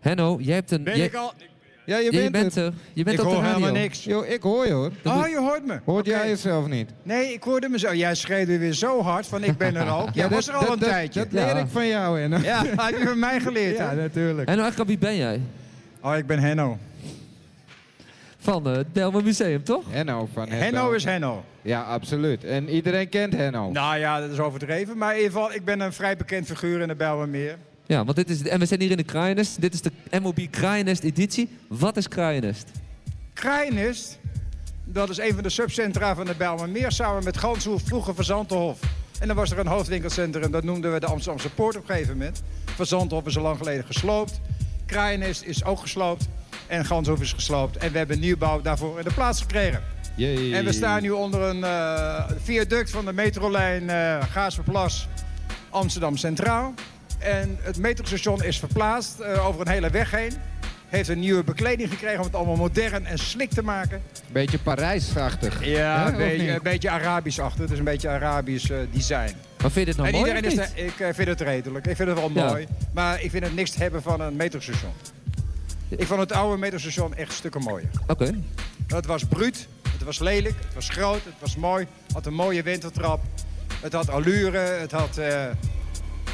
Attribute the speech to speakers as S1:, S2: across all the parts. S1: Henno, jij hebt een...
S2: Ben
S1: jij-
S2: ik al...
S3: Ja, je
S1: Ja, je
S3: bent,
S1: bent
S3: er.
S1: er. Je bent
S2: ik
S1: op
S2: hoor
S1: de radio.
S2: helemaal niks.
S3: Jo, ik hoor je hoor. Ah,
S2: Oh, je hoort me.
S3: Hoort
S2: Oké.
S3: jij jezelf niet?
S2: Nee, ik hoorde mezelf. Jij schreeuwde weer zo hard van ik ben er al. Jij was er al een
S3: dat,
S2: tijdje.
S3: Dat leer
S1: Ja.
S3: ik van jou, Henno.
S2: ja, had je van mij geleerd.
S3: Ja,
S2: hè?
S3: natuurlijk.
S1: Henno, eigenlijk, wie ben jij?
S2: Oh, ik ben Henno.
S1: Van eh, het Delma Museum, toch?
S3: Henno van het
S2: Henno
S3: Bel-
S2: is Henno.
S3: Ja, absoluut. En iedereen kent Henno.
S2: Nou ja, dat is overdreven. Maar in ieder geval, ik ben een vrij bekend figuur in de Bijlmermeer.
S1: Ja, want dit is... En we zijn hier in de Kraaiennest. Dit is de MOB Kraaiennest editie. Wat is Kraaiennest?
S2: Krijnest, dat is een van de subcentra van de Bijlmermeer... samen met Ganshoef, vroeger Verzantenhof. En dan was er een hoofdwinkelcentrum, dat noemden we de Amsterdamse Poort op een gegeven moment. Verzantenhof is al lang geleden gesloopt. Krijnest is ook gesloopt. En Ganshoef is gesloopt. En we hebben nieuwbouw daarvoor in de plaats gekregen.
S3: Jee.
S2: En we staan nu onder een eh, viaduct van de metrolijn eh Gaasperplas Amsterdam Centraal. En het metrostation is verplaatst eh, over een hele weg heen. Heeft een nieuwe bekleding gekregen om het allemaal modern en slik te maken.
S3: Beetje Parijsachtig.
S2: Ja,
S3: Hè,
S2: een
S3: of
S2: beetje,
S3: niet?
S2: een beetje Arabisch achter. Het is een beetje Arabisch eh, design.
S1: Maar vind je dit nou
S2: en
S1: mooi of
S2: iedereen is
S1: niet?
S2: daar- ik eh, vind het redelijk. Ik vind het wel
S1: Ja.
S2: mooi. Maar ik vind het niks te hebben van een metrostation. Ik vond het oude metrostation echt stukken mooier.
S1: Oké.
S2: Het was bruut, het was lelijk, het was groot, het was mooi. Het had een mooie wintertrap. Het had allure, het had eh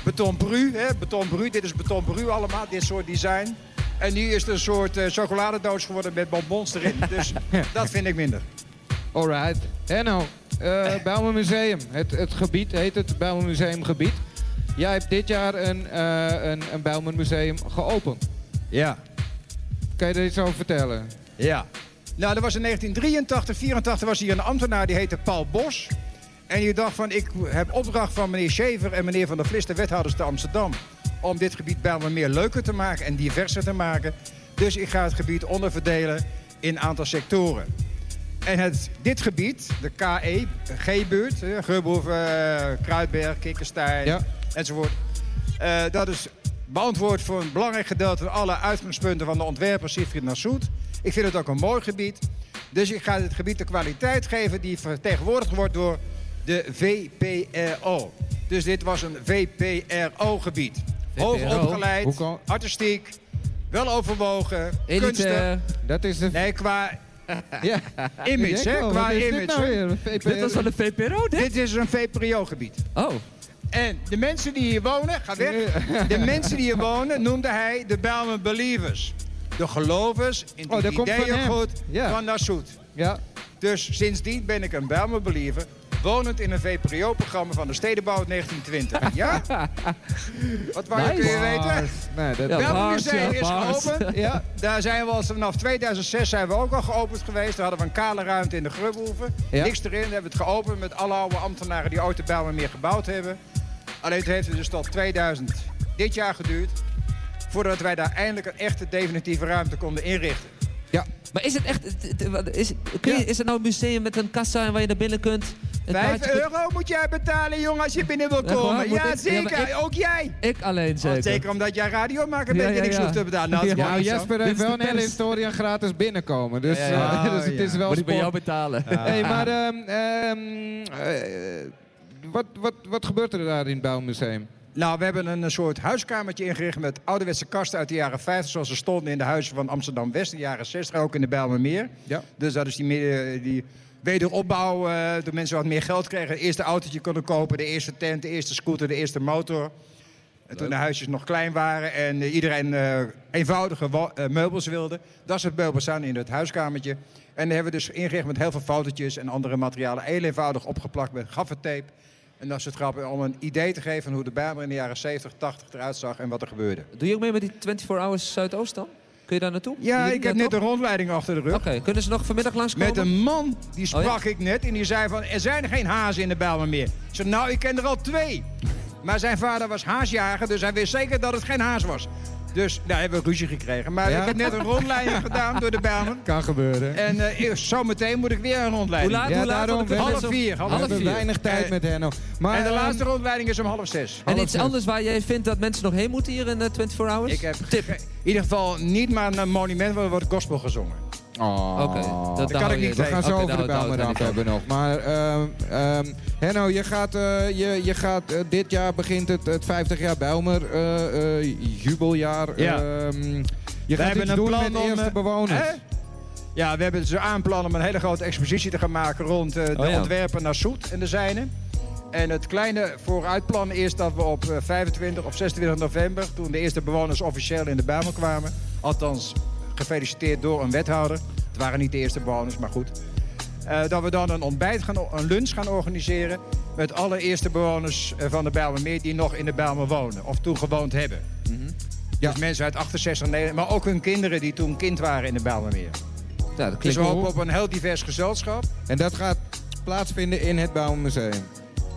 S2: beton bru, hè? beton bru. Dit is beton bru allemaal, dit soort design. En nu is het een soort eh, chocoladedoos geworden met bonbons erin. Dus dat vind ik minder.
S3: Alright. Henno, eh Bijlmer Museum. Het, het gebied heet het Bijlmer Museum Gebied. Jij hebt dit jaar een, eh een, een Bijlmer Museum geopend.
S2: Ja,
S3: Kan je er iets over vertellen?
S2: ja. Nou, er was in 1983, 84 was hier een ambtenaar, die heette Paul Bos. En die dacht van, ik heb opdracht van meneer Schever en meneer Van der Vlis, de wethouders te Amsterdam... om dit gebied bij meer leuker te maken en diverser te maken. Dus ik ga het gebied onderverdelen in een aantal sectoren. En het, dit gebied, de KE, G-buurt, eh, Geurbehoeven, eh, Kruidberg, Kikkerstein
S3: Ja.
S2: enzovoort... eh, dat is beantwoord voor een belangrijk gedeelte van alle uitgangspunten van de ontwerper Siegfried Nassoet. Ik vind het ook een mooi gebied. Dus ik ga dit gebied de kwaliteit geven die vertegenwoordigd wordt door de VPRO. Dus dit was een VPRO-gebied. Hoogopgeleid,
S3: Hoe kan-
S2: artistiek, wel overwogen, kunsten.
S1: Elitair.
S3: Dat is de...
S2: Nee, qua
S3: Ja.
S2: image, hè? Qua
S3: Wat is
S2: image.
S3: dit nou
S2: hè.
S3: weer? VPRO?
S1: eh, Dit was van de VPRO, dit?
S2: Dit is een VPRO-gebied.
S1: Oh.
S2: En de mensen die hier wonen, ga weg. De mensen die hier wonen noemde hij de Bijlmer Believers. De gelovers in
S3: Oh,
S2: het
S3: dat komt van hem.
S2: ideeëngoed
S3: Ja.
S2: van Nassoet.
S3: Ja.
S2: Dus sindsdien ben ik een Bijlmer Believer. Wonend in een VPRO-programma van de Stedenbouw 1920. Ja? Wat wou je
S1: Nice.
S2: weer weten?
S3: Nee, dat...
S1: Ja,
S2: Welk
S1: bars,
S2: museum
S1: ja,
S2: is
S1: bars.
S2: geopend?
S3: Ja.
S2: Daar zijn we al vanaf 2006 zijn we ook al geopend geweest. Daar hadden we een kale ruimte in de Grubhoeven.
S3: Ja.
S2: Niks erin. Daar hebben we het geopend met alle oude ambtenaren die ooit de Bijlmer meer gebouwd hebben. Alleen het heeft dus tot 2000 dit jaar geduurd. Voordat wij daar eindelijk een echte definitieve ruimte konden inrichten.
S1: Maar is het echt... het- het- wat- Is, kun je,
S2: Ja.
S1: is het nou een museum met een kassa en waar je naar binnen kunt? Een kaartje
S2: 5
S1: kunt-
S2: euro moet jij betalen, jongen, als je binnen wil
S1: Ja, maar
S2: komen.
S1: moet
S2: Ja,
S1: ik- ja,
S2: zeker.
S1: maar ik-
S2: Ook jij.
S1: Ik alleen
S2: Zeker.
S1: zeker.
S2: Oh, zeker omdat jij radio maakt, ben
S1: Ja,
S2: je
S1: ja,
S2: niks
S1: ja.
S2: hoeft te betalen. Nou, dat is
S1: Ja.
S2: gewoon
S3: Nou,
S2: niet zo.
S3: Jasper
S1: Dit
S3: heeft
S1: is de
S3: wel een hele
S1: pers.
S3: historie aan gratis binnenkomen. Dus,
S2: Ja, ja, ja.
S3: eh, dus
S1: Oh,
S3: het is wel
S1: Moet ik bij Ah. jou
S3: sport.
S1: betalen? eh,
S3: Hey, maar ehm, ehm, eh, wat, wat, wat gebeurt er daar in het Bouwmuseum?
S2: Nou, we hebben een eh, soort huiskamertje ingericht met ouderwetse kasten uit de jaren 50... zoals ze stonden in de huizen van Amsterdam-West, in de jaren 60, ook in de Bijlmermeer.
S3: Ja.
S2: Dus dat is die, meer- eh, die wederopbouw, eh toen mensen wat meer geld kregen. Het eerste autootje konden kopen, de eerste tent, de eerste scooter, de eerste motor. En toen de huisjes nog klein waren en eh, iedereen eh, eenvoudige wa- eh, meubels wilde. Dat soort meubels staan in het huiskamertje. En die hebben we dus ingericht met heel veel fotootjes en andere materialen. Heel eenvoudig opgeplakt met gaffertape. En dat soort grappen om een idee te geven van hoe de Bijlmer in de jaren 70, 80 eruit zag en wat er gebeurde.
S1: Doe je ook mee met die 24 Hours Zuidoost dan? Kun je daar naartoe?
S2: Ja,
S1: Jullie
S2: ik heb net
S1: naartoe?
S2: een rondleiding achter de rug.
S1: Oké, kunnen ze nog vanmiddag langskomen?
S2: Met een man, die
S1: Oh, ja?
S2: sprak ik net, en die zei van, er zijn geen hazen in de Bijlmer meer. Ik zei, nou, ik ken er al twee. Maar zijn vader was haasjager, dus hij wist zeker dat het geen haas was. Dus daar hebben we ruzie gekregen. Maar
S3: Ja?
S2: ik heb net een rondleiding gedaan door de Bijlmer.
S3: Kan gebeuren.
S2: En eh, eerst- zometeen moet ik weer een
S1: Hoe
S2: rondleiding.
S1: laat?
S3: Ja,
S1: hoe laat?
S3: daarom,
S1: Want ik
S3: we
S1: wil
S2: Half
S1: mensen-
S2: vier, half
S3: We hebben
S1: vier.
S3: weinig tijd
S2: Eh,
S3: met hen nog. Maar,
S2: en de
S1: Eh,
S3: ehm,
S2: laatste rondleiding is om half zes.
S1: En
S3: Half
S1: iets
S3: zes.
S1: anders waar jij vindt dat mensen nog heen moeten hier in eh, 24 Hours?
S2: Ik heb
S1: Tip.
S2: ge- in ieder geval niet maar naar een monument, want er wordt gospel gezongen.
S3: Oh.
S1: Oké, dat
S2: kan ik niet
S3: We gaan zo over de
S1: Belmer
S3: Bijlmer af hebben nog. Maar ehm, ehm, Henno, je gaat, eh, je, je gaat eh, dit jaar begint het, het 50 jaar Bijlmer eh, eh, jubeljaar.
S2: Ja.
S3: Ehm, je
S2: We
S3: gaat
S2: hebben
S3: iets
S2: een
S3: doen
S2: plan
S3: met
S2: om,
S3: eerste
S2: eh,
S1: Oh,
S3: bewoners.
S2: hè? Ja, we hebben dus een plan om een hele grote expositie te gaan maken rond eh, de
S1: Oh ja.
S2: ontwerpen naar Soet en de Zijne. En het kleine vooruitplan is dat we op eh, 25 of 26 november, toen de eerste bewoners officieel in de Bijlmer kwamen, althans gefeliciteerd door een wethouder, het waren niet de eerste bewoners, maar goed, eh, dat we dan een ontbijt, gaan, o- een lunch gaan organiseren met alle eerste bewoners eh, van de Bijlmermeer die nog in de Bijlmer wonen of toen gewoond hebben.
S1: Mhm.
S3: Ja.
S2: Dus mensen uit 68, Nederland, maar ook hun kinderen die toen kind waren in de Bijlmermeer.
S1: Ja, Nou, dat
S2: Dus
S1: klinkt
S2: we hopen op een heel divers gezelschap.
S3: En dat gaat plaatsvinden in het Bijlmermuseum.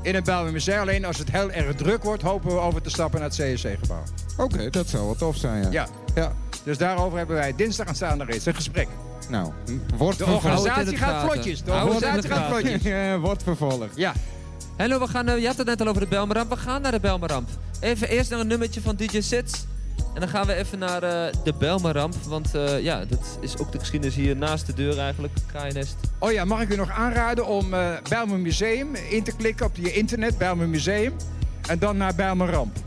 S2: In het Belgium Museum. Alleen als het heel erg druk wordt, hopen we over te stappen naar het CSC-gebouw.
S3: Oké, dat zou wel tof zijn, ja.
S2: Ja.
S3: Ja.
S2: Dus daarover hebben wij dinsdag aanstaande reeds een gesprek.
S3: Nou, m- wordt
S2: De
S1: Hou het
S3: vervolgd.
S1: in
S2: organisatie
S1: het
S2: gaat
S1: gaten.
S2: vlotjes. De
S1: Hou het in
S2: organisatie
S1: het
S2: gaat
S1: gaten.
S2: vlotjes.
S3: Ja, wordt vervolgd.
S2: Ja,
S1: Hello, we gaan, eh, je had het net al over de Belmeramp. We gaan naar de Belmeramp. Even eerst naar een nummertje van DJ Sits. En dan gaan we even naar eh, de Belmeramp. Want eh, ja, dat is ook de geschiedenis hier naast de deur eigenlijk. Kraaienest.
S2: Oh ja, mag ik u nog aanraden om eh Bijlmer Museum in te klikken op je internet, Bijlmer Museum. En dan naar Bijlmer Ramp.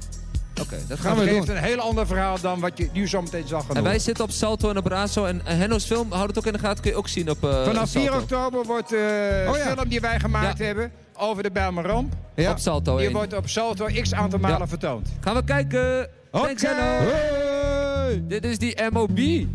S1: Oké, dat gaan
S2: Dat
S1: we doen.
S2: geeft een heel ander verhaal dan wat je nu zo meteen zal gaan
S1: En wij eh,
S2: doen.
S1: zitten op Salto en op Brazo. En eh, Henno's film, houd het ook in de gaten, kun je ook zien op eh,
S2: Vanaf
S1: Salto.
S2: 4 oktober wordt eh
S3: ja.
S2: film die wij gemaakt
S1: Oh Ja.
S2: hebben over de Bijlmer Ramp.
S3: Ja.
S1: Op Salto
S2: Die
S1: één.
S2: wordt op Salto x aantal malen
S1: Ja.
S2: vertoond.
S1: Gaan we kijken. Thanks, Henno.
S3: Hey!
S1: Dit is die MOB.